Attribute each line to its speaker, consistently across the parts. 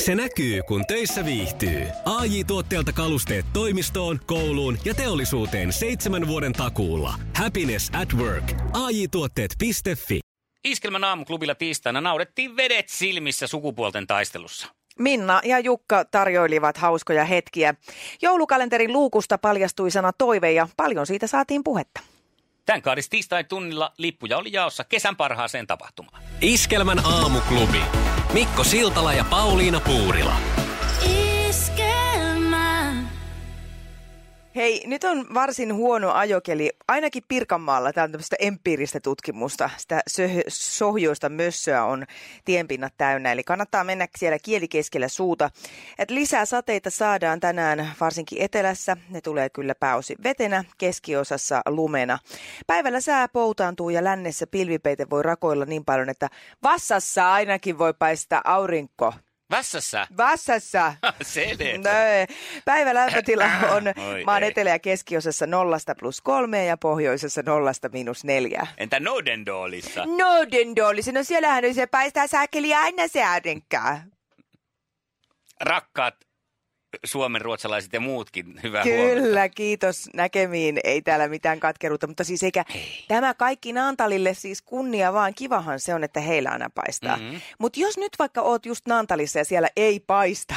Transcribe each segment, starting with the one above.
Speaker 1: Se näkyy, kun töissä viihtyy. ai tuotteelta kalusteet toimistoon, kouluun ja teollisuuteen seitsemän vuoden takuulla. Happiness at work. ai tuotteetfi
Speaker 2: Iskelmän aamuklubilla tiistaina naudettiin vedet silmissä sukupuolten taistelussa.
Speaker 3: Minna ja Jukka tarjoilivat hauskoja hetkiä. Joulukalenterin luukusta paljastui sana toive ja paljon siitä saatiin puhetta.
Speaker 2: Tän kaadis tiistai tunnilla lippuja oli jaossa kesän parhaaseen tapahtumaan.
Speaker 1: Iskelmän aamuklubi. Mikko Siltala ja Pauliina Puurila.
Speaker 4: Iskelmä.
Speaker 3: Hei, nyt on varsin huono ajokeli, ainakin Pirkanmaalla. Tämä on tämmöistä empiiristä tutkimusta. Sitä söh- sohjoista mössöä on tienpinnat täynnä, eli kannattaa mennä siellä kieli keskellä suuta. Et lisää sateita saadaan tänään varsinkin etelässä. Ne tulee kyllä pääosin vetenä, keskiosassa lumena. Päivällä sää poutaantuu ja lännessä pilvipeite voi rakoilla niin paljon, että vassassa ainakin voi paistaa aurinko.
Speaker 2: Vässässä!
Speaker 3: Vassassa!
Speaker 2: Sede.
Speaker 3: Nöö. No Päivän lämpötila on
Speaker 2: Oi
Speaker 3: maan
Speaker 2: ei.
Speaker 3: etelä- ja keskiosassa nollasta plus kolme ja pohjoisessa nollasta miinus neljä.
Speaker 2: Entä Nodendolissa?
Speaker 3: Nordendolisi, no siellähän se paistaa saakeli aina se aurinkaa.
Speaker 2: Rakkaat suomenruotsalaiset ja muutkin, hyvää huomenta.
Speaker 3: Kyllä, kiitos näkemiin. Ei täällä mitään katkeruutta, mutta siis eikä tämä kaikki Naantalille siis kunnia vaan. Kivahan se on, että heillä aina paistaa.
Speaker 2: Mhm.
Speaker 3: Mm-hmm. Mutta jos nyt vaikka oot just Naantalissa ja siellä ei paista,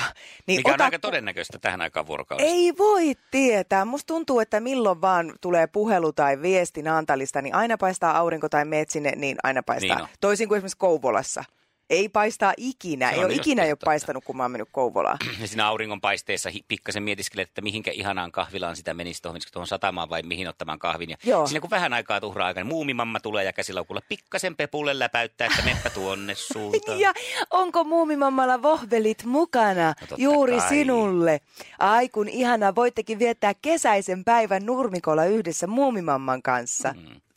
Speaker 3: niin
Speaker 2: Mikä on
Speaker 3: ota
Speaker 2: aika todennäköistä tähän aikaan vuorokaudesta.
Speaker 3: Ei voi tietää. Musta tuntuu, että milloin vaan tulee puhelu tai viesti Naantalista, niin aina paistaa aurinko tai meet sinne, niin aina paistaa.
Speaker 2: Niin on.
Speaker 3: Toisin kuin esimerkiksi Kouvolassa. Ei paistaa ikinä.
Speaker 2: Se
Speaker 3: Ei
Speaker 2: on
Speaker 3: ole
Speaker 2: just
Speaker 3: ikinä ei ole
Speaker 2: totta.
Speaker 3: paistanut, kun mä oon mennyt Kouvolaan.
Speaker 2: Ja siinä auringonpaisteessa hi- pikkasen mietiskelet, että mihinkä ihanaan kahvilaan sitä menisi tuohon, menisikö tuohon satamaan vai mihin ottamaan kahvin. Ja
Speaker 3: Joo.
Speaker 2: siinä kun vähän aikaa tuhraa aikaa, niin muumimamma tulee ja käsilaukulla pikkasen pepulle läpäyttää, että meppä tuonne suuntaan.
Speaker 3: Ja onko muumimammalla vohvelit mukana
Speaker 2: No totta
Speaker 3: juuri
Speaker 2: kai.
Speaker 3: sinulle? Ai kun ihana, voittekin viettää kesäisen päivän nurmikolla yhdessä muumimamman kanssa.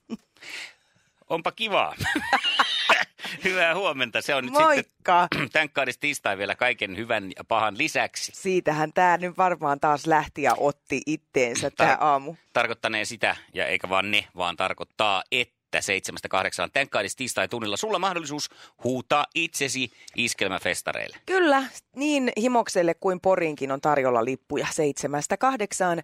Speaker 2: Mm. Onpa kivaa. Hyvää huomenta. Se on nyt
Speaker 3: Moikka!
Speaker 2: sitten tänkkaadis tiistai vielä kaiken hyvän ja pahan lisäksi.
Speaker 3: Siitähän tämä nyt varmaan taas lähti ja otti itteensä tämä aamu.
Speaker 2: Tarkoittaneen sitä, ja eikä vaan ne, vaan tarkoittaa, että seitsemästä kahdeksaan tänkkaadis tiistai tunnilla sulla mahdollisuus huutaa itsesi iskelmäfestareille.
Speaker 3: Kyllä, niin Himokselle kuin Porinkin on tarjolla lippuja seitsemästä kahdeksaan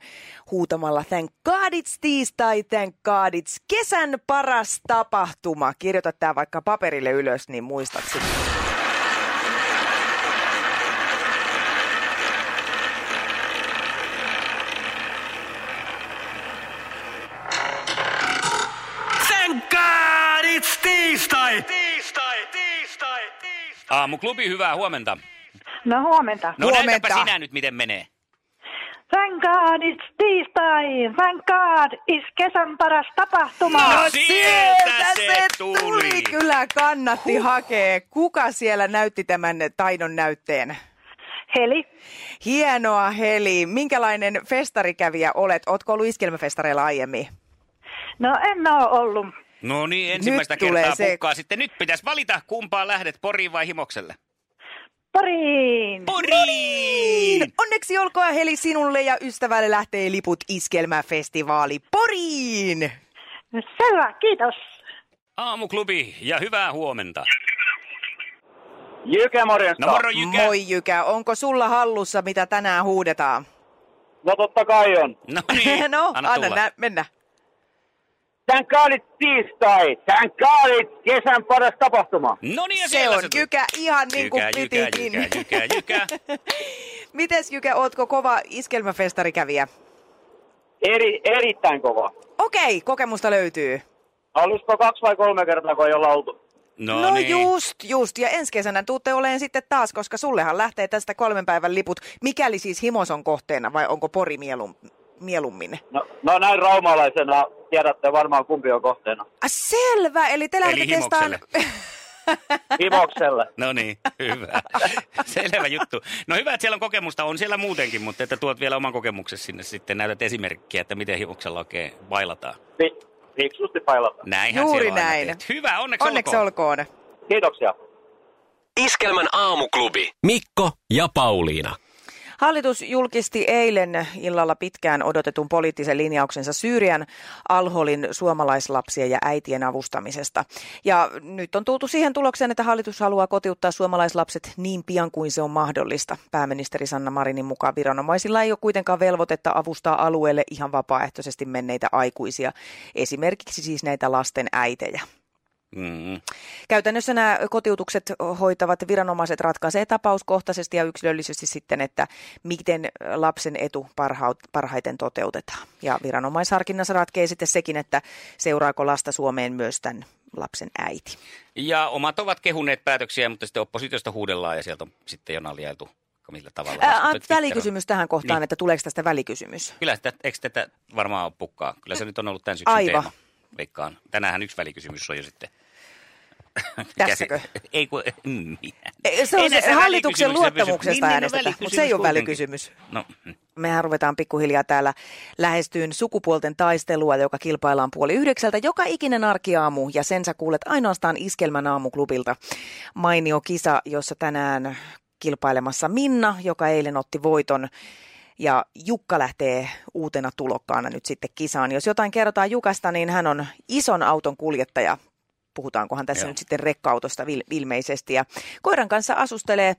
Speaker 3: huutamalla Thank God it's tiistai, thank God it's kesän paras tapahtuma. Kirjoita tämä vaikka paperille ylös, niin muistat sitä.
Speaker 5: Thank God it's tiistai! Tiistai, tiistai, tiistai!
Speaker 2: Aamuklubi, hyvää huomenta.
Speaker 6: No huomenta.
Speaker 2: No
Speaker 3: Huomenta.
Speaker 2: näytäpä sinä nyt, miten menee.
Speaker 6: Thank God it's tiistai. Thank God is kesän paras tapahtuma.
Speaker 2: No si- Sieltä se tuli.
Speaker 3: Kyllä kannatti hakea. Kuka siellä näytti tämän taidon näytteen?
Speaker 6: Heli,
Speaker 3: Hienoa Heli. Minkälainen festarikävijä olet? Ootko ollut iskelmäfestareilla aiemmin?
Speaker 6: no en oo ollut.
Speaker 2: No niin, ensimmäistä
Speaker 3: Nyt tulee
Speaker 2: kertaa
Speaker 3: se-
Speaker 2: pukkaa. Sitten nyt pitäisi valita, kumpaan lähdet, Poriin vai Himokselle.
Speaker 6: Poriin.
Speaker 4: Oh.
Speaker 2: Poriin!
Speaker 3: Onneksi olkoon Heli sinulle ja ystävälle lähtee liput iskelmäfestivaali Poriin!
Speaker 6: Selvä, kiitos.
Speaker 2: Aamuklubi ja hyvää huomenta.
Speaker 5: Jykä morjesta.
Speaker 2: No moro Jykä.
Speaker 3: Moi Jykä, onko sulla hallussa mitä tänään huudetaan?
Speaker 5: No totta kai on.
Speaker 2: No niin,
Speaker 3: no,
Speaker 2: anna,
Speaker 3: anna
Speaker 2: tulla.
Speaker 3: nä- mennä.
Speaker 5: Thank God it's tiistai! Thank God it's kesän paras tapahtuma.
Speaker 2: No niin, ja
Speaker 3: Se
Speaker 2: siellä
Speaker 3: on
Speaker 2: tuli.
Speaker 3: Jykä ihan niin kuin
Speaker 2: Jykä, Jykä,
Speaker 3: pitikin.
Speaker 2: Jykä, Jykä, Jykä.
Speaker 3: Mites Jykä, ootko kova iskelmäfestarikävijä?
Speaker 5: Eri, erittäin kova.
Speaker 3: Okei, kokemusta löytyy.
Speaker 5: Olisiko kaksi vai kolme kertaa, kun ei olla oltu?
Speaker 2: No,
Speaker 3: no
Speaker 2: niin.
Speaker 3: just, just. Ja ensi kesänä tuutte oleen sitten taas, koska sullehan lähtee tästä kolmen päivän liput. Mikäli siis himos on kohteena vai onko pori mielum, mielummin?
Speaker 5: No, no näin raumalaisena tiedätte varmaan kumpi on kohteena.
Speaker 3: Ah, selvä, eli te lähdette testaan...
Speaker 5: Himokselle.
Speaker 2: No niin, hyvä. Selvä juttu. No hyvä, että siellä on kokemusta. On siellä muutenkin, mutta että tuot vielä oman kokemuksesi sinne sitten. Näytät esimerkkiä, että miten himoksella oikein bailataan.
Speaker 5: Fi, fiksusti pailata.
Speaker 2: Näinhän
Speaker 3: Juuri
Speaker 2: siellä on aina
Speaker 3: näin.
Speaker 2: tehty. Hyvä, onneksi,
Speaker 3: Onneksi olkoon.
Speaker 5: Kiitoksia.
Speaker 1: Iskelmän aamuklubi. Mikko ja Pauliina.
Speaker 3: Hallitus julkisti eilen illalla pitkään odotetun poliittisen linjauksensa Syyrian alholin suomalaislapsien ja äitien avustamisesta. Ja nyt on tultu siihen tulokseen, että hallitus haluaa kotiuttaa suomalaislapset niin pian kuin se on mahdollista. Pääministeri Sanna Marinin mukaan viranomaisilla ei ole kuitenkaan velvoitetta avustaa alueelle ihan vapaaehtoisesti menneitä aikuisia, esimerkiksi siis näitä lasten äitejä.
Speaker 2: Mm.
Speaker 3: Käytännössä nämä kotiutukset hoitavat viranomaiset ratkaisee tapauskohtaisesti ja yksilöllisesti sitten, että miten lapsen etu parhaut- parhaiten toteutetaan. Ja viranomaisharkinnassa ratkee sitten sekin, että seuraako lasta Suomeen myös tämän lapsen äiti.
Speaker 2: Ja omat ovat kehuneet päätöksiä, mutta sitten oppositiosta huudellaan ja sieltä on sitten jonain lieltu millä tavalla.
Speaker 3: Ää,
Speaker 2: Mutta
Speaker 3: välikysymys tähän kohtaan,
Speaker 2: Niin.
Speaker 3: niin. että tuleeko tästä välikysymys?
Speaker 2: Kyllä, sitä, eikö tätä varmaan ole pukkaa? Kyllä se nyt on ollut tämän syksyn
Speaker 3: Aivan.
Speaker 2: teema. Veikkaan. Tänäänhän yksi välikysymys on jo sitten.
Speaker 3: Tässäkö?
Speaker 2: Ei kun, mm,
Speaker 3: Ei, Se on
Speaker 2: Ennen
Speaker 3: se
Speaker 2: se
Speaker 3: hallituksen
Speaker 2: välikysymys, se pysyy- Niin, niin,
Speaker 3: luottamuksesta
Speaker 2: no
Speaker 3: äänestetään, mutta se ei
Speaker 2: välikysymys
Speaker 3: ole välikysymys.
Speaker 2: no,
Speaker 3: Mehän ruvetaan pikkuhiljaa täällä lähestyyn sukupuolten taistelua, joka kilpaillaan puoli yhdeksältä joka ikinen arkiaamu. Ja sen sä kuulet ainoastaan Iskelmän aamuklubilta. Mainio kisa, jossa tänään kilpailemassa Minna, joka eilen otti voiton. Ja Jukka lähtee uutena tulokkaana nyt sitten kisaan. Jos jotain kerrotaan Jukasta, niin hän on ison auton kuljettaja. Puhutaankohan tässä
Speaker 2: Joo.
Speaker 3: Joo. nyt sitten rekkautosta vil- ilmeisesti. Ja koiran kanssa asustelee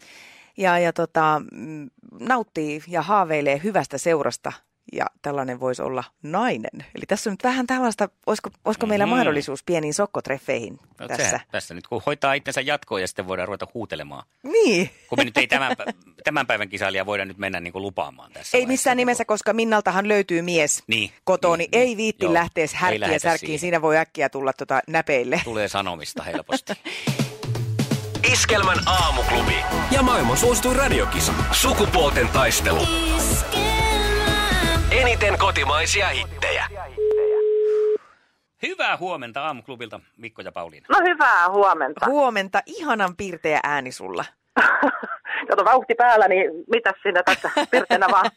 Speaker 3: ja, ja tota, mm, nauttii ja haaveilee hyvästä seurasta. Ja tällainen voisi olla nainen. Eli tässä on nyt vähän tällaista, olisiko, olisiko meillä
Speaker 2: Mm.
Speaker 3: mahdollisuus pieniin sokkotreffeihin
Speaker 2: no
Speaker 3: tässä?
Speaker 2: tässä. tässä nyt, kun hoitaa itsensä jatkoon ja sitten voidaan ruveta huutelemaan.
Speaker 3: Niin.
Speaker 2: Kun me nyt ei tämän, pä- tämän päivän kisailijaa voida nyt mennä niin kuin lupaamaan tässä.
Speaker 3: Ei
Speaker 2: vaiheessa.
Speaker 3: missään nimessä, koska Minnaltahan löytyy mies
Speaker 2: Niin,
Speaker 3: kotoa,
Speaker 2: niin,
Speaker 3: niin,
Speaker 2: niin.
Speaker 3: ei viitti
Speaker 2: Joo,
Speaker 3: lähteä
Speaker 2: ei
Speaker 3: härkkiä
Speaker 2: lähdetä
Speaker 3: särkkiin.
Speaker 2: siihen.
Speaker 3: Siinä voi äkkiä tulla tota näpeille.
Speaker 2: Tulee sanomista helposti.
Speaker 1: Iskelmän aamuklubi. Ja maailman suosituin radiokisa. Sukupuolten taistelu. Eniten kotimaisia hittejä.
Speaker 2: Hyvää huomenta aamuklubilta Mikko ja Pauliina.
Speaker 4: No hyvää huomenta.
Speaker 3: Huomenta, ihanan pirteä ääni sulla.
Speaker 4: Kato vauhti päällä, niin mitä sinne tässä pirteenä vaan.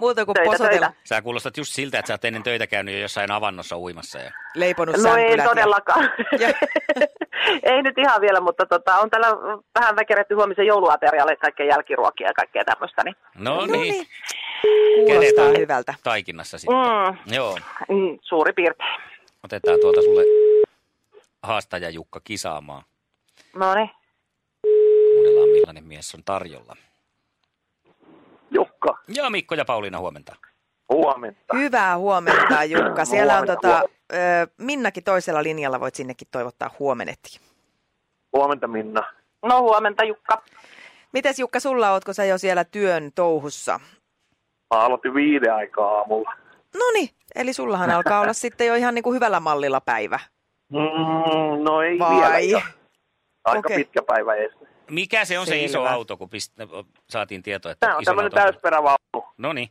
Speaker 3: Muuta kuin
Speaker 4: Töitä,
Speaker 3: posotella,
Speaker 4: töitä.
Speaker 2: Sä kuulostat just siltä, että sä oot ennen töitä käynyt jo jossain avannossa uimassa. Ja...
Speaker 3: leiponut
Speaker 4: No ei
Speaker 3: sämpylät ja-
Speaker 4: todellakaan.
Speaker 3: Ja-
Speaker 4: ei nyt ihan vielä, mutta tota, on täällä vähän väkerätty huomisen jouluaterialle kaikkea jälkiruokia ja kaikkea tämmöistä. Niin.
Speaker 2: No,
Speaker 3: No
Speaker 2: niin.
Speaker 3: niin. Kuulostaa
Speaker 2: Kenetä?
Speaker 3: hyvältä.
Speaker 2: Taikinnassa sitten.
Speaker 4: Mm,
Speaker 2: Joo,
Speaker 4: mm, suuri piirtein.
Speaker 2: otetaan tuolta sulle haastaja Jukka kisaamaan.
Speaker 4: No niin.
Speaker 2: Kuunnellaan millainen mies on tarjolla.
Speaker 7: Jukka,
Speaker 2: Joo, Mikko ja Pauliina, huomenta.
Speaker 7: huomenta.
Speaker 3: Hyvää huomenta Jukka. Siellä on
Speaker 7: Huomenta,
Speaker 3: tota, ö, Minnakin toisella linjalla, voit sinnekin toivottaa huomenetkin.
Speaker 7: Huomenta Minna.
Speaker 4: No huomenta Jukka.
Speaker 3: Mites Jukka, sulla ootko sä jo siellä työn touhussa?
Speaker 7: Mä aloitin viiden aikaa aamulla.
Speaker 3: Noni, No niin, eli sullahan alkaa olla sitten jo ihan niin kuin hyvällä mallilla päivä.
Speaker 7: Mm, no ei vielä.
Speaker 3: Vai?
Speaker 7: jo. Aika
Speaker 3: Okei.
Speaker 7: pitkä päivä edes.
Speaker 2: Mikä se on se iso
Speaker 3: Selvä.
Speaker 2: auto, kun pist... no, saatiin tietoa, että
Speaker 7: Tää on
Speaker 2: iso
Speaker 7: tämmöinen
Speaker 2: auto...
Speaker 7: täysperävaunu.
Speaker 2: No niin,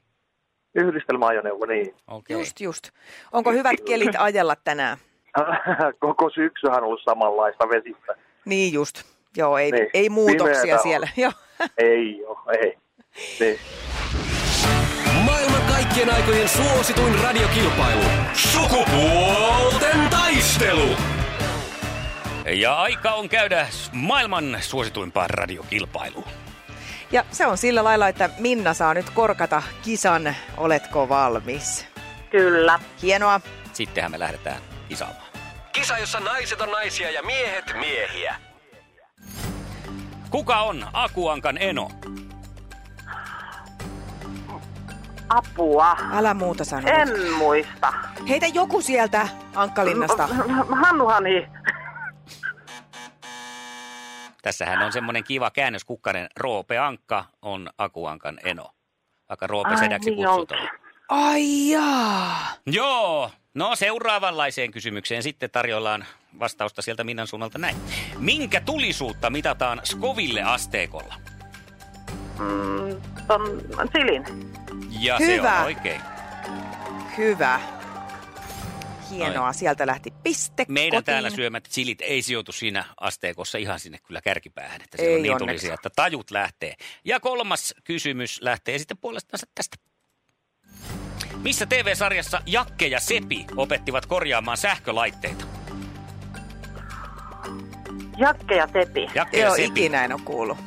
Speaker 7: Yhdistelmäajoneuvo, niin.
Speaker 2: okei. Okay.
Speaker 3: Just, just. Onko hyvät kelit ajella tänään?
Speaker 7: Koko syksyhän on ollut samanlaista vesistä.
Speaker 3: Niin just. Joo, ei,
Speaker 7: Niin.
Speaker 3: ei muutoksia
Speaker 7: Pimeätä on.
Speaker 3: siellä. Joo.
Speaker 7: ei oo, ei. Niin.
Speaker 1: Maailman kaikkien aikojen suosituin radiokilpailu. Sukupuolten taistelu.
Speaker 2: Ja aika on käydä maailman suosituimpaan radiokilpailuun.
Speaker 3: Ja se on sillä lailla, että Minna saa nyt korkata kisan. Oletko valmis?
Speaker 4: Kyllä.
Speaker 3: Hienoa.
Speaker 2: Sittenhän me lähdetään kisaamaan.
Speaker 1: Kisa, jossa naiset on naisia ja miehet miehiä.
Speaker 2: Kuka on Akuankan Eno?
Speaker 4: Apua.
Speaker 3: Älä muuta sano. nyt.
Speaker 4: En muista.
Speaker 3: Heitä joku sieltä Ankkalinnasta.
Speaker 4: Hannuhani.
Speaker 2: Tässähän on semmoinen kiva käännös kukkanen. Roope Ankka on Akuankan Eno. Vaikka Roope
Speaker 4: Ai,
Speaker 2: sedäksi
Speaker 4: niin
Speaker 2: kutsutaan.
Speaker 4: onkin.
Speaker 3: Ai jaa.
Speaker 2: Joo, no seuraavanlaiseen kysymykseen sitten tarjollaan vastausta sieltä Minnan suunnalta näin. Minkä tulisuutta mitataan Skoville asteikolla?
Speaker 4: Mm, ton, silin.
Speaker 2: Ja se
Speaker 3: Hyvä.
Speaker 2: on oikein.
Speaker 3: Hyvä. Hienoa. Sieltä lähti piste
Speaker 2: Meidän
Speaker 3: kotiin.
Speaker 2: täällä syömät silit ei sijoitu siinä asteikossa ihan sinne kyllä kärkipäähän, että siellä
Speaker 3: Ei
Speaker 2: on niin
Speaker 3: onneksi.
Speaker 2: tulisia, että tajut lähtee. Ja kolmas kysymys lähtee sitten puolestaan tästä. Missä TV-sarjassa Jakke ja Sepi opettivat korjaamaan sähkölaitteita?
Speaker 4: Jakke ja Tepi.
Speaker 2: Jakke ja
Speaker 3: Joo,
Speaker 2: Sepi.
Speaker 3: ikinä en ole kuullut.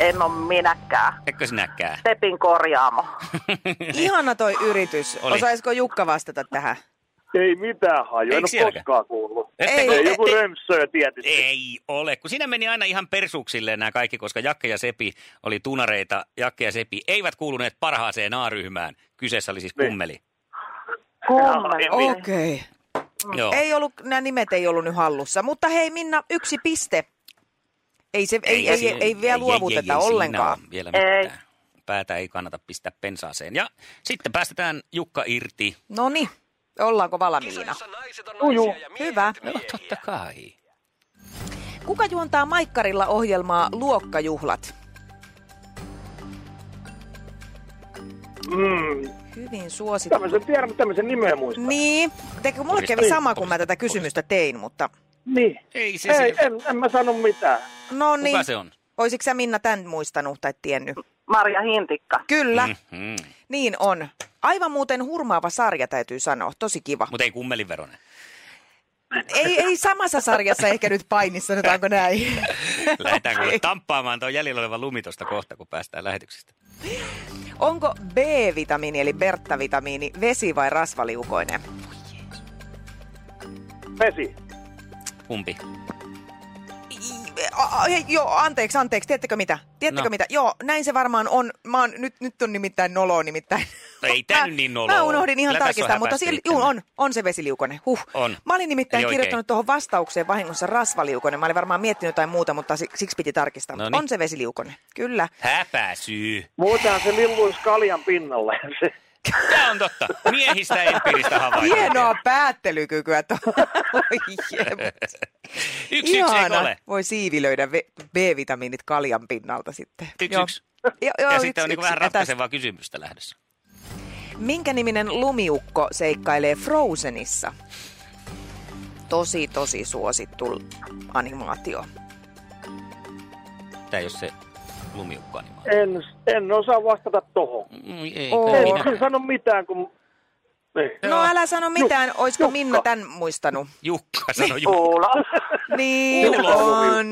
Speaker 4: En ole minäkään.
Speaker 2: Etkö sinäkään?
Speaker 4: Tepin korjaamo.
Speaker 3: Ihana toi yritys.
Speaker 2: Oli.
Speaker 3: Osaisiko Jukka vastata tähän?
Speaker 7: Ei mitään haju, en
Speaker 2: Eikö
Speaker 7: ole
Speaker 2: sielläkään?
Speaker 7: koskaan kuullut.
Speaker 2: Ettekö-
Speaker 7: Ei,
Speaker 3: Ei,
Speaker 7: joku
Speaker 2: te-
Speaker 7: römsöä tietysti.
Speaker 2: Ei ole, kun siinä meni aina ihan persuuksilleen nämä kaikki, koska Jakke ja Sepi oli tunareita. Jakke ja Sepi eivät kuuluneet parhaaseen A-ryhmään. Kyseessä oli siis
Speaker 7: Niin.
Speaker 2: kummeli.
Speaker 4: Kummeli.
Speaker 3: Okei. Okay.
Speaker 2: Joo.
Speaker 3: Ei ollut, nämä nimet ei ollut nyt hallussa. Mutta hei Minna, yksi piste. Ei, se, ei, ei, ei,
Speaker 2: siinä-
Speaker 3: ei vielä luovuteta
Speaker 2: siinä
Speaker 3: ollenkaan.
Speaker 2: ole vielä
Speaker 4: Ei.
Speaker 2: mitään. Päätä ei kannata pistää pensaaseen. Ja sitten päästetään Jukka irti.
Speaker 3: No niin, ollaanko valmiina?
Speaker 1: Uju.
Speaker 3: Hyvä.
Speaker 2: No, totta kai.
Speaker 3: Kuka juontaa Maikkarilla ohjelmaa Luokkajuhlat?
Speaker 7: Mm,
Speaker 3: Hyvin suosittu.
Speaker 7: tämmöisen tiedän, mutta tämmöisen nimeä muista.
Speaker 2: Mm.
Speaker 3: Niin, tekö mulle kävi
Speaker 2: Todista.
Speaker 3: sama, kun mä tätä kysymystä tein, mutta
Speaker 7: Niin.
Speaker 2: Ei se,
Speaker 7: Ei,
Speaker 2: se.
Speaker 7: en, en mä sano mitään.
Speaker 3: no niin.
Speaker 2: Kuka se on?
Speaker 3: Oisitko sä Minna tämän muistanut tai tiennyt?
Speaker 4: Marja Hintikka.
Speaker 3: Kyllä, mm.
Speaker 2: Mm-hmm.
Speaker 3: niin on. Aivan muuten hurmaava sarja täytyy sanoa, tosi kiva.
Speaker 2: Mutta ei kummelin veronen.
Speaker 3: Ei, ei samassa sarjassa ehkä nyt paini, sanotaanko näin.
Speaker 2: Lähdetään kuule tamppaamaan tuo jäljellä oleva lumi tuosta kohta, kun päästään lähetyksestä.
Speaker 3: Onko B-vitamiini eli Bertta-vitamiini vesi- vai rasvaliukoinen?
Speaker 7: Vesi.
Speaker 2: Kumpi?
Speaker 3: I- a- a- Hei, joo, anteeksi, anteeksi. Tiedättekö mitä? Tiedättekö
Speaker 2: No.
Speaker 3: mitä? Joo, näin se varmaan on. Mä oon, nyt, nyt on nimittäin noloa nimittäin.
Speaker 2: No ei tää
Speaker 3: Mä-
Speaker 2: nyt niin noloa
Speaker 3: Mä
Speaker 2: ole.
Speaker 3: unohdin ihan
Speaker 2: Kyllä tässä on
Speaker 3: tarkistaa, mutta
Speaker 2: häpäistä
Speaker 3: sil, juu,
Speaker 2: itseään.
Speaker 3: on, on se vesiliukonen. Huh.
Speaker 2: On.
Speaker 3: Mä olin nimittäin
Speaker 2: Eli oikein.
Speaker 3: kirjoittanut tuohon vastaukseen vahingossa rasvaliukonen. Mä olin varmaan miettinyt jotain muuta, mutta si- siksi piti tarkistaa.
Speaker 2: No niin.
Speaker 3: On se vesiliukonen, kyllä.
Speaker 2: Häpäsyy.
Speaker 7: Muutenhan se lilluisi kaljan pinnalle. Se-
Speaker 2: Tämä on totta. Miehistä empiiristä havaintoa.
Speaker 3: Hienoa päättelykykyä tuolla. Oi jemmas.
Speaker 2: Yksi yksi eikö ole?
Speaker 3: Voi siivilöidä ve- B-vitamiinit kaljan pinnalta sitten.
Speaker 2: Yksi
Speaker 3: Joo.
Speaker 2: yksi.
Speaker 3: Joo, joo,
Speaker 2: Ja
Speaker 3: yksi,
Speaker 2: sitten on niin
Speaker 3: yksi.
Speaker 2: vähän
Speaker 3: Ja tästä.
Speaker 2: ratkaisevaa kysymystä lähdössä.
Speaker 3: Minkä niminen lumiukko seikkailee Frozenissa? Tosi, tosi suosittu animaatio.
Speaker 2: Tämä ei ole se lumiukka animaatio.
Speaker 7: En, en osaa vastata tohon.
Speaker 2: Mm, ei,
Speaker 3: Oo.
Speaker 2: kai
Speaker 7: En
Speaker 2: minä-
Speaker 7: kyllä sano mitään, kun... Niin.
Speaker 3: No älä sano mitään, oisko
Speaker 7: Jukka.
Speaker 3: Minna tämän muistanut?
Speaker 2: Jukka sanoi Jukka.
Speaker 4: Kuulo.
Speaker 3: Niin
Speaker 2: Kuulostaa
Speaker 3: on.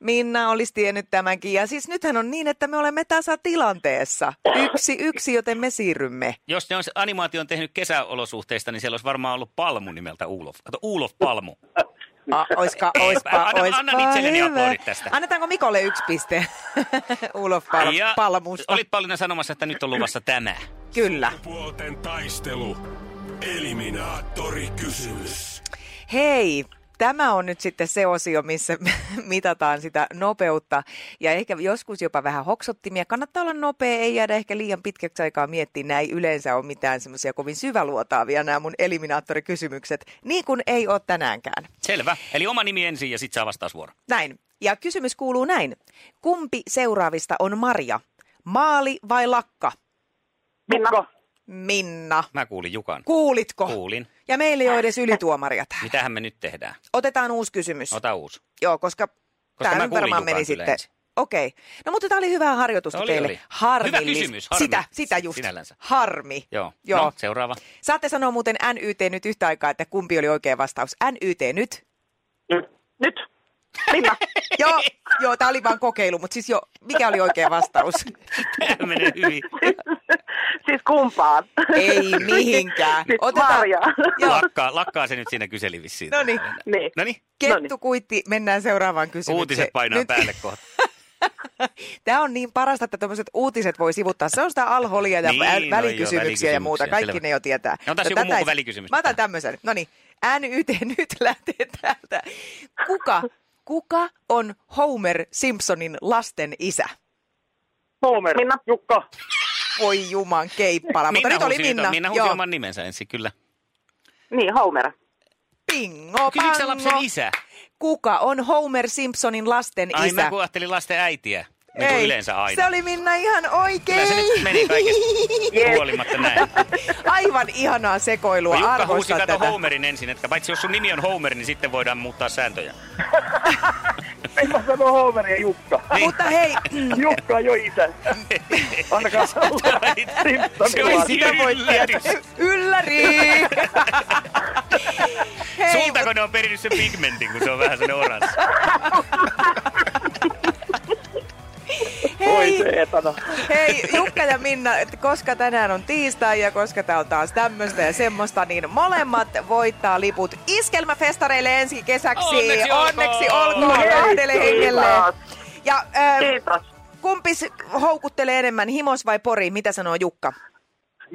Speaker 3: Minna olisi tiennyt tämänkin. Ja siis nythän on niin, että me olemme tasatilanteessa. Yksi, yksi, joten me siirrymme.
Speaker 2: Jos ne on se animaation tehnyt kesäolosuhteista, niin siellä olisi varmaan ollut Palmu nimeltä Uulof. Kato, Uulof Palmu.
Speaker 3: A, oiska, oispa,
Speaker 2: Anna-
Speaker 3: oispa
Speaker 2: annan itselleni
Speaker 3: hyvä.
Speaker 2: aplodit tästä.
Speaker 3: Annetaanko Mikolle yksi piste? Ulof pal-
Speaker 2: Ja
Speaker 3: Palmusta.
Speaker 2: Olit paljon sanomassa, että nyt on luvassa tämä.
Speaker 3: Kyllä.
Speaker 1: Puolten taistelu. Eliminaattori kysymys.
Speaker 3: Hei, tämä on nyt sitten se osio, missä mitataan sitä nopeutta ja ehkä joskus jopa vähän hoksottimia. Kannattaa olla nopea, ei jäädä ehkä liian pitkäksi aikaa miettiä. Nämä ei yleensä ole mitään semmoisia kovin syväluotaavia nämä mun eliminaattorikysymykset, niin kuin ei ole tänäänkään.
Speaker 2: Selvä. Eli oma nimi ensin ja sitten saa vastausvuoro.
Speaker 3: Näin. Ja kysymys kuuluu näin. Kumpi seuraavista on Marja? Maali vai lakka?
Speaker 4: Minna.
Speaker 3: Minna.
Speaker 2: Mä kuulin Jukan.
Speaker 3: Kuulitko?
Speaker 2: Kuulin.
Speaker 3: Ja meillä ei ole edes ylituomaria täällä.
Speaker 2: Mitähän me nyt tehdään?
Speaker 3: Otetaan uusi kysymys.
Speaker 2: Ota uusi.
Speaker 3: Joo, koska, koska
Speaker 2: mä
Speaker 3: tämä nyt
Speaker 2: kuulin
Speaker 3: varmaan
Speaker 2: Jukan
Speaker 3: meni
Speaker 2: kyllä
Speaker 3: sitten.
Speaker 2: ensin. No,
Speaker 3: Okei. No mutta tämä oli hyvää harjoitusta
Speaker 2: Oli,
Speaker 3: teille.
Speaker 2: oli.
Speaker 3: Harmillis.
Speaker 2: Hyvä kysymys, harmi.
Speaker 3: Sitä, sitä just.
Speaker 2: Sinällänsä.
Speaker 3: Harmi.
Speaker 2: Joo.
Speaker 3: Joo.
Speaker 2: No, seuraava.
Speaker 3: Saatte sanoa muuten NYT nyt yhtä aikaa, että kumpi oli oikea vastaus. NYT nyt.
Speaker 7: Nyt.
Speaker 4: Nyt. Minna.
Speaker 3: Joo, joo tämä oli vaan kokeilu, mutta siis jo, mikä oli oikea vastaus?
Speaker 2: Tämä menee hyvin.
Speaker 4: siis kumpaan. Niin.
Speaker 3: Ei mihinkään.
Speaker 4: Siis Marja.
Speaker 3: Joo.
Speaker 2: Lakkaa, lakkaa se nyt siinä kyseli vissiin.
Speaker 3: No niin.
Speaker 4: Niin.
Speaker 2: Noniin.
Speaker 3: Kettu kuitti, mennään seuraavaan kysymykseen.
Speaker 2: Uutiset painaa
Speaker 3: Nyt-
Speaker 2: päälle kohta.
Speaker 3: Tämä on niin parasta, että tämmöiset uutiset voi sivuttaa. Se on sitä alholia ja
Speaker 2: Niin,
Speaker 3: niin,
Speaker 2: no joo,
Speaker 3: välikysymyksiä, ja muuta.
Speaker 2: välikysymyksiä,
Speaker 3: Kaikki
Speaker 2: selvä.
Speaker 3: ne jo tietää.
Speaker 2: No, tässä joku
Speaker 3: tätä
Speaker 2: muu kuin
Speaker 3: ei-
Speaker 2: välikysymys
Speaker 3: Mä otan
Speaker 2: pitää.
Speaker 3: tämmöisen. No niin, NYT nyt lähtee täältä. Kuka, kuka on Homer Simpsonin lasten isä?
Speaker 7: Homer.
Speaker 4: Minna.
Speaker 7: Jukka.
Speaker 3: Voi juman keippala, mutta nyt oli
Speaker 2: huusi
Speaker 3: Minna.
Speaker 2: Minna huusi
Speaker 3: Joo,
Speaker 2: oman nimensä ensin, kyllä.
Speaker 4: Niin, Homer.
Speaker 3: pingo,
Speaker 2: Kysytkö sä lapsen
Speaker 3: pango.
Speaker 2: isä?
Speaker 3: Kuka on Homer Simpsonin lasten
Speaker 2: Ai
Speaker 3: isä?
Speaker 2: mä kun ajattelin lasten äitiä. Niin kuin yleensä aina.
Speaker 3: se oli Minna ihan oikein.
Speaker 2: Kyllä se nyt meni kaikesta
Speaker 4: Yes.
Speaker 2: huolimatta näin.
Speaker 3: Aivan ihanaa sekoilua,
Speaker 2: No, Jukka huusi
Speaker 3: arvostan
Speaker 2: kato
Speaker 3: tätä.
Speaker 2: Homerin ensin, että paitsi jos sun nimi on Homer, niin sitten voidaan muuttaa sääntöjä.
Speaker 7: En mä sano Homer ja Jukka.
Speaker 2: Niin.
Speaker 3: Mutta hei,
Speaker 7: Jukka on jo isä. Annakaa olla.
Speaker 2: se
Speaker 7: Ei
Speaker 2: on
Speaker 3: sitä voi
Speaker 2: yllätys.
Speaker 3: ylläri! Hei, mut-
Speaker 2: Sultako ne on perinnyt sen pigmentin, kun se on vähän sen oranssi.
Speaker 7: Voi
Speaker 3: Hei!
Speaker 7: se etana.
Speaker 3: Hei Jukka ja Minna, että koska tänään on tiistai ja koska tää on taas tämmöistä ja semmoista, niin molemmat voittaa liput iskelmäfestareille ensi kesäksi.
Speaker 2: Onneksi olkoon!
Speaker 3: Onneksi olkoon
Speaker 7: Hei,
Speaker 3: kahdelle
Speaker 7: kiitos.
Speaker 3: hengelle. Ja äh,
Speaker 4: Kiitos.
Speaker 3: kumpis houkuttelee enemmän, himos vai pori? Mitä sanoo Jukka?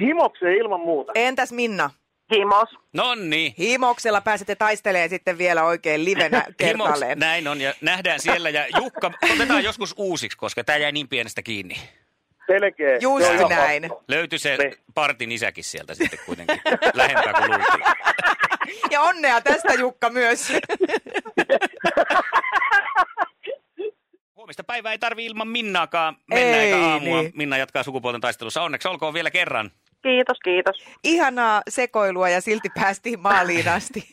Speaker 7: Himokseen ilman muuta.
Speaker 3: Entäs Minna?
Speaker 4: Himos.
Speaker 2: Nonni.
Speaker 3: Himoksella pääsette taistelemaan sitten vielä oikein livenä
Speaker 2: Himoks,
Speaker 3: kertaalleen.
Speaker 2: näin on ja nähdään siellä. Ja Jukka, otetaan joskus uusiksi, koska tämä jäi niin pienestä kiinni.
Speaker 7: Selkeä.
Speaker 3: Just
Speaker 7: Se on ihan
Speaker 3: näin.
Speaker 7: pakko.
Speaker 2: Löytyi se
Speaker 7: Me-
Speaker 2: partin isäkin sieltä sitten kuitenkin lähempää kuin luultiin.
Speaker 3: Ja onnea tästä Jukka myös.
Speaker 2: Huomista päivää ei tarvi ilman Minnaakaan mennä
Speaker 3: Ei
Speaker 2: eikä aamua.
Speaker 3: niin.
Speaker 2: Minna jatkaa sukupuolten taistelussa. Onneksi olkoon vielä kerran.
Speaker 4: Kiitos, kiitos.
Speaker 3: Ihanaa sekoilua ja silti päästiin maaliin asti.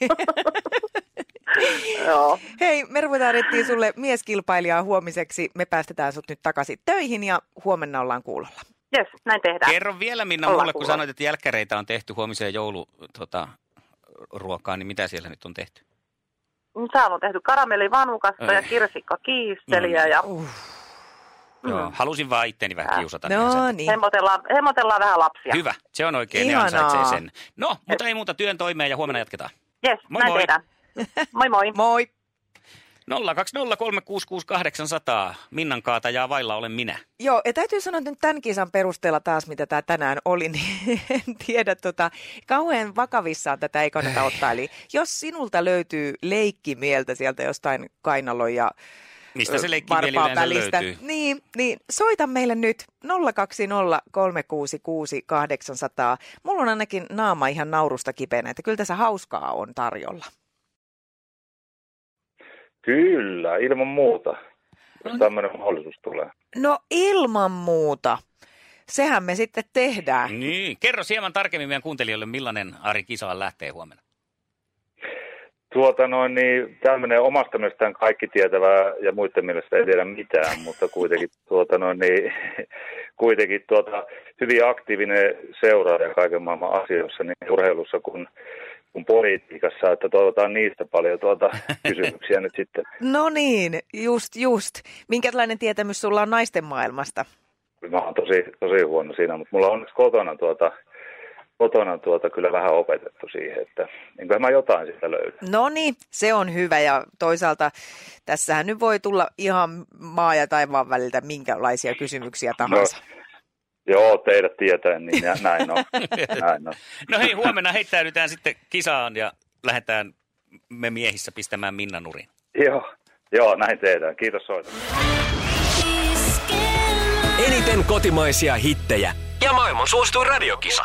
Speaker 4: Joo.
Speaker 3: Hei, me ruvetaan etsiä sulle mieskilpailijaa huomiseksi. Me päästetään sut nyt takaisin töihin ja huomenna ollaan kuulolla.
Speaker 4: Jes, näin tehdään.
Speaker 2: Kerro vielä Minna
Speaker 4: Ollaan
Speaker 2: mulle, kun
Speaker 4: kuulolla.
Speaker 2: sanoit, että jälkkäreitä on tehty huomiseen jouluruokaan, tota, ruokaan, niin mitä siellä nyt on tehty?
Speaker 4: Täällä on tehty karamellivanukasta ja
Speaker 2: Ei.
Speaker 4: kirsikka kiisteliä
Speaker 3: No niin.
Speaker 2: Mm.
Speaker 4: ja
Speaker 2: Mm. Joo, halusin vaan itteni vähän
Speaker 4: Äh.
Speaker 2: kiusata. niin sen.
Speaker 3: No niin.
Speaker 4: hemmotellaan, hemmotellaan vähän lapsia.
Speaker 2: Hyvä, se on oikein, ne
Speaker 3: Ihanaa.
Speaker 2: ansaitsee sen. No,
Speaker 4: Äh.
Speaker 2: mutta ei muuta työn toimeen ja huomenna jatketaan.
Speaker 4: Jes,
Speaker 2: Moi
Speaker 4: näin
Speaker 2: moi.
Speaker 4: tehdään. Moi moi.
Speaker 3: Moi.
Speaker 2: 020366800. Minnan kaatajaa vailla olen minä.
Speaker 3: Joo, ja täytyy sanoa että nyt tämän kisan perusteella taas, mitä tämä tänään oli, niin en tiedä, tota, kauhean vakavissaan tätä ei kannata ottaa. Eli jos sinulta löytyy leikkimieltä sieltä jostain kainalon ja
Speaker 2: Mistä se
Speaker 3: ö,
Speaker 2: leikkimieli
Speaker 3: varpaan
Speaker 2: yleensä löytyy?
Speaker 3: Niin, niin, soita meille nyt 020 366 800. Mulla on ainakin naama ihan naurusta kipeänä, että kyllä tässä hauskaa on tarjolla.
Speaker 8: Kyllä, ilman muuta. Jos tämmöinen mahdollisuus tulee.
Speaker 3: No ilman muuta. Sehän me sitten tehdään.
Speaker 2: Niin, kerro hieman tarkemmin meidän kuuntelijoille, millainen Ari Kisaan lähtee huomenna.
Speaker 8: Tuota noin, niin tämmöinen omasta mielestään kaikki tietävää ja muiden mielestä ei tiedä mitään, mutta kuitenkin, tuota noin, niin, kuitenkin tuota, hyvin aktiivinen seuraaja kaiken maailman asioissa, niin urheilussa kuin, kuin politiikassa, että toivotaan niistä paljon tuota kysymyksiä nyt sitten.
Speaker 3: No niin, just just. Minkälainen tietämys sulla on naisten maailmasta?
Speaker 8: Mä oon tosi, tosi huono siinä, mutta mulla on onneksi kotona tuota, kotona tuota kyllä vähän opetettu siihen, että enköhän mä jotain siitä löydä.
Speaker 3: No niin, se on hyvä ja toisaalta tässähän nyt voi tulla ihan maa ja taivaan väliltä minkälaisia kysymyksiä tahansa.
Speaker 8: Joo, teidät tietäen, niin nä- näin on. näin on.
Speaker 2: No hei, huomenna heittäydytään sitten kisaan ja lähdetään me miehissä pistämään Minnan nurin.
Speaker 8: Joo, joo, näin tehdään. Kiitos soitosta.
Speaker 1: Eniten kotimaisia hittejä ja maailman suosituin radiokisa.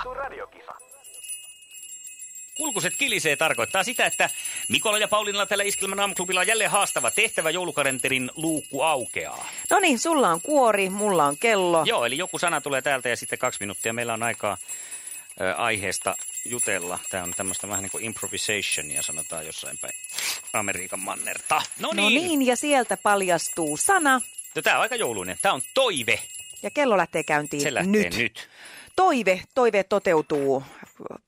Speaker 2: Kulkuset kilisee tarkoittaa sitä, että Mikola ja Pauliinalla tällä Iskelmän aamuklubilla on jälleen haastava tehtävä joulukalenterin luukku aukeaa.
Speaker 3: No niin, sulla on kuori, mulla on kello.
Speaker 2: Joo, eli joku sana tulee täältä ja sitten kaksi minuuttia meillä on aikaa ö, aiheesta jutella. Tämä on tämmöistä vähän niin kuin improvisationia sanotaan jossain päin Amerikan mannerta. No
Speaker 3: No
Speaker 2: niin.
Speaker 3: niin, ja sieltä paljastuu sana
Speaker 2: No, tämä on aika jouluinen. Tämä on toive.
Speaker 3: ja kello lähtee käyntiin
Speaker 2: Se lähtee
Speaker 3: nyt.
Speaker 2: nyt. nyt.
Speaker 3: Toive, toive toteutuu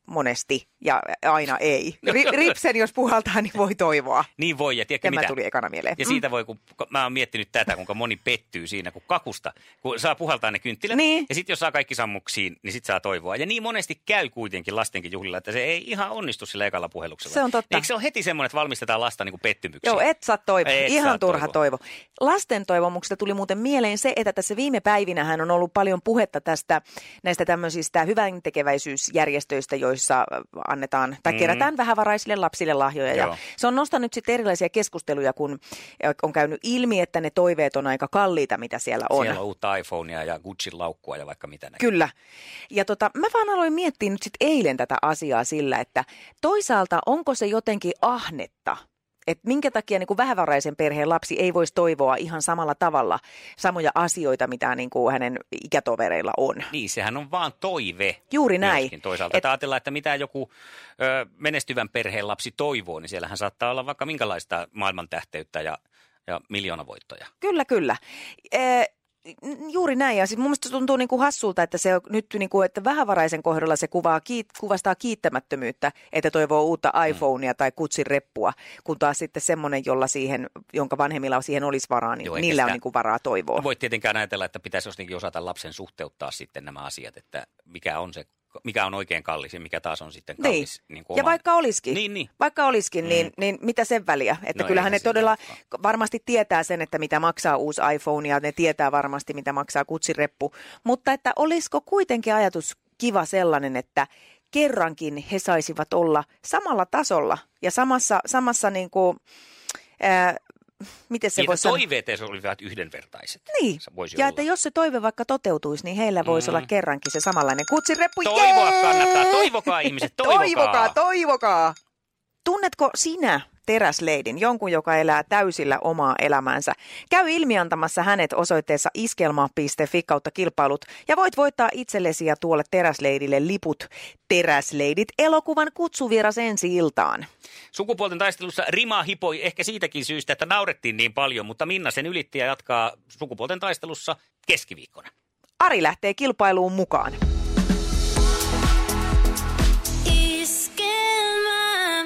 Speaker 3: monesti ja aina ei.
Speaker 2: No.
Speaker 3: Ri- ripsen jos puhaltaa, niin voi toivoa.
Speaker 2: Niin voi, ja tiedätkö
Speaker 3: Tämä
Speaker 2: mitä?
Speaker 3: tuli ekana mieleen.
Speaker 2: Ja siitä voi, kun kun mä oon miettinyt tätä, kuinka moni pettyy siinä, kun kakusta, kun saa puhaltaa ne kynttilät.
Speaker 3: Niin.
Speaker 2: Ja sitten jos saa kaikki sammuksiin, niin sit saa toivoa. Ja niin monesti käy kuitenkin lastenkin juhlilla, että se ei ihan onnistu sillä ekalla puheluksella.
Speaker 3: Se on totta.
Speaker 2: Eikö se ole heti semmoinen, että valmistetaan lasta niin kuin pettymyksiin?
Speaker 3: Joo, et saa toivoa.
Speaker 2: Et
Speaker 3: Ihan
Speaker 2: saa
Speaker 3: turha
Speaker 2: toivoa.
Speaker 3: toivo. Lasten toivomuksesta tuli muuten mieleen se, että tässä viime päivinähän on ollut paljon puhetta tästä näistä tämmöisistä hyväntekeväisyysjärjestöistä, joissa äh, annetaan tai
Speaker 2: Mm.
Speaker 3: kerätään vähävaraisille lapsille lahjoja. Ja
Speaker 2: Joo.
Speaker 3: se on nostanut sitten erilaisia keskusteluja, kun äh, on käynyt ilmi, että ne toiveet on aika kalliita, mitä siellä on.
Speaker 2: Siellä on uutta iPhonea ja Gucci laukkua ja vaikka mitä näkyy.
Speaker 3: Kyllä. Ja tota, mä vaan aloin miettiä nyt sit eilen tätä asiaa sillä, että toisaalta onko se jotenkin ahnetta, että minkä takia niin kuin vähävaraisen perheen lapsi ei voisi toivoa ihan samalla tavalla samoja asioita, mitä niin kuin hänen ikätovereilla on.
Speaker 2: Niin, sehän on vaan toive.
Speaker 3: Juuri näin.
Speaker 2: Myöskin toisaalta,
Speaker 3: Et-
Speaker 2: että ajatellaan, että mitä joku ö, menestyvän perheen lapsi toivoo, niin siellähän saattaa olla vaikka minkälaista maailmantähteyttä ja, ja miljoonavoittoja.
Speaker 3: Kyllä, kyllä. Ee, n- Juuri näin. Ja siis mun mielestä se tuntuu niin kuin hassulta, että se on nyt niin kuin, että vähävaraisen kohdalla se kuvaa, kiit, kuvastaa kiittämättömyyttä, että toivoo uutta
Speaker 2: Mm.
Speaker 3: iPhonea tai kutsireppua, kun taas sitten semmoinen, jolla siihen, jonka vanhemmilla siihen olisi varaa, niin
Speaker 2: Joo,
Speaker 3: Joo,
Speaker 2: eikä
Speaker 3: niillä
Speaker 2: sitä-
Speaker 3: on niin kuin varaa toivoa.
Speaker 2: Voit tietenkään ajatella, että pitäisi jossakin osata lapsen suhteuttaa sitten nämä asiat, että mikä on se mikä on oikein kallis ja mikä taas on sitten kallis.
Speaker 3: Niin.
Speaker 2: kuin
Speaker 3: ja
Speaker 2: oman-
Speaker 3: vaikka olisikin,
Speaker 2: Niin, niin.
Speaker 3: vaikka olisikin mm. niin,
Speaker 2: Mm.
Speaker 3: niin mitä sen väliä? Että
Speaker 2: No
Speaker 3: no kyllähän
Speaker 2: eihän
Speaker 3: ne
Speaker 2: sillä
Speaker 3: todella
Speaker 2: olekaan.
Speaker 3: varmasti tietää sen, että mitä maksaa uusi iPhone ja ne tietää varmasti, mitä maksaa kutsireppu. Mutta että olisiko kuitenkin ajatus kiva sellainen, että kerrankin he saisivat olla samalla tasolla ja samassa, samassa niin kuin, ää, miten se
Speaker 2: niin,
Speaker 3: voisi
Speaker 2: että
Speaker 3: sanoa?
Speaker 2: toiveet edes olivat yhdenvertaiset.
Speaker 3: Niin.
Speaker 2: Se voisi
Speaker 3: ja
Speaker 2: olla.
Speaker 3: että jos se toive vaikka toteutuisi, niin heillä voisi
Speaker 2: Mm.
Speaker 3: olla kerrankin se samanlainen kutsireppu.
Speaker 2: Toivoa
Speaker 3: Jee!
Speaker 2: kannattaa. Toivokaa ihmiset, toivokaa.
Speaker 3: toivokaa, toivokaa. Tunnetko sinä teräsleidin, jonkun, joka elää täysillä omaa elämäänsä? Käy ilmiantamassa hänet osoitteessa iskelma.fi kautta kilpailut ja voit voittaa itsellesi ja tuolle teräsleidille liput teräsleidit elokuvan kutsuvieras ensi iltaan.
Speaker 2: Sukupuolten taistelussa rima hipoi ehkä siitäkin syystä, että naurettiin niin paljon, mutta Minna sen ylitti ja jatkaa sukupuolten taistelussa keskiviikkona.
Speaker 3: Ari lähtee kilpailuun mukaan.
Speaker 9: Iskelmä.